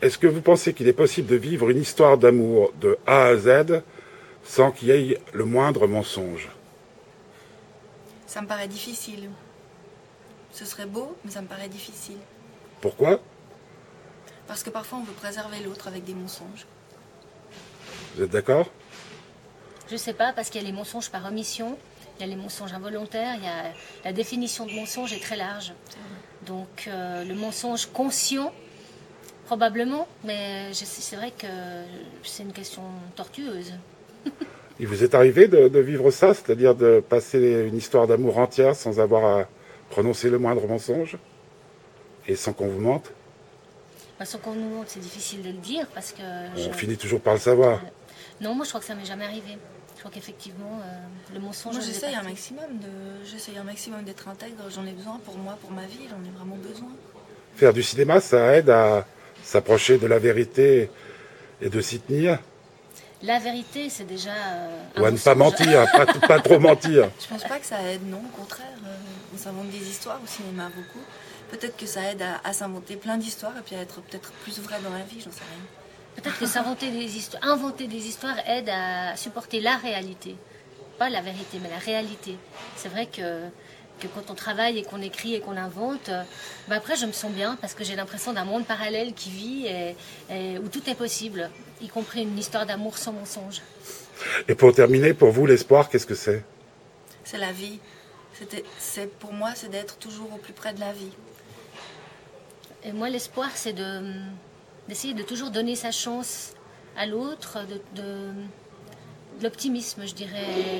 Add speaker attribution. Speaker 1: Est-ce que vous pensez qu'il est possible de vivre une histoire d'amour de A à Z sans qu'il y ait le moindre mensonge
Speaker 2: Ça me paraît difficile. Ce serait beau, mais ça me paraît difficile.
Speaker 1: Pourquoi
Speaker 2: Parce que parfois on veut préserver l'autre avec des mensonges.
Speaker 1: Vous êtes d'accord
Speaker 3: Je sais pas, parce qu'il y a les mensonges par omission, il y a les mensonges involontaires, il y a... la définition de mensonge est très large. Donc euh, le mensonge conscient, probablement, mais je sais- c'est vrai que c'est une question tortueuse.
Speaker 1: Il vous est arrivé de, de vivre ça, c'est-à-dire de passer une histoire d'amour entière sans avoir à prononcer le moindre mensonge et sans qu'on vous mente
Speaker 3: Bah, sans qu'on nous montre, c'est difficile de le dire parce que. je-
Speaker 1: On finit toujours par le savoir.
Speaker 3: Non, moi je crois que ça m'est jamais arrivé. Je crois qu'effectivement, euh, le mensonge.
Speaker 2: Moi
Speaker 3: je faisais
Speaker 2: j'essaye hein, un
Speaker 3: partie.
Speaker 2: maximum de j'essaye un maximum d'être intègre, j'en ai besoin pour moi, pour ma vie, j'en ai vraiment besoin.
Speaker 1: Faire du cinéma, ça aide à s'approcher de la vérité et de s'y tenir,
Speaker 3: La vérité, c'est déjà. euh, un
Speaker 1: ou à ne pas
Speaker 3: mensonge.
Speaker 1: mentir, pas, t- pas trop mentir.
Speaker 2: Je pense pas que ça aide, non, au contraire. euh, on s'invente des histoires au cinéma beaucoup. Peut-être que ça aide à, à s'inventer plein d'histoires et puis à être peut-être plus vrai dans la vie, j'en sais rien.
Speaker 3: Peut-être que s'inventer des histoires, inventer des histoires aide à supporter la réalité, pas la vérité, mais la réalité. C'est vrai que que quand on travaille et qu'on écrit et qu'on invente, euh, bah après je me sens bien parce que j'ai l'impression d'un monde parallèle qui vit et, et où tout est possible, y compris une histoire d'amour sans mensonge.
Speaker 1: Et pour terminer, pour vous, l'espoir, qu'est-ce que c'est
Speaker 2: C'est la vie. C'était, c'est pour moi, c'est d'être toujours au plus près de la vie.
Speaker 3: Et moi, l'espoir, c'est de hum, d'essayer de toujours donner sa chance à l'autre, de, de- de l'optimisme, je dirais, la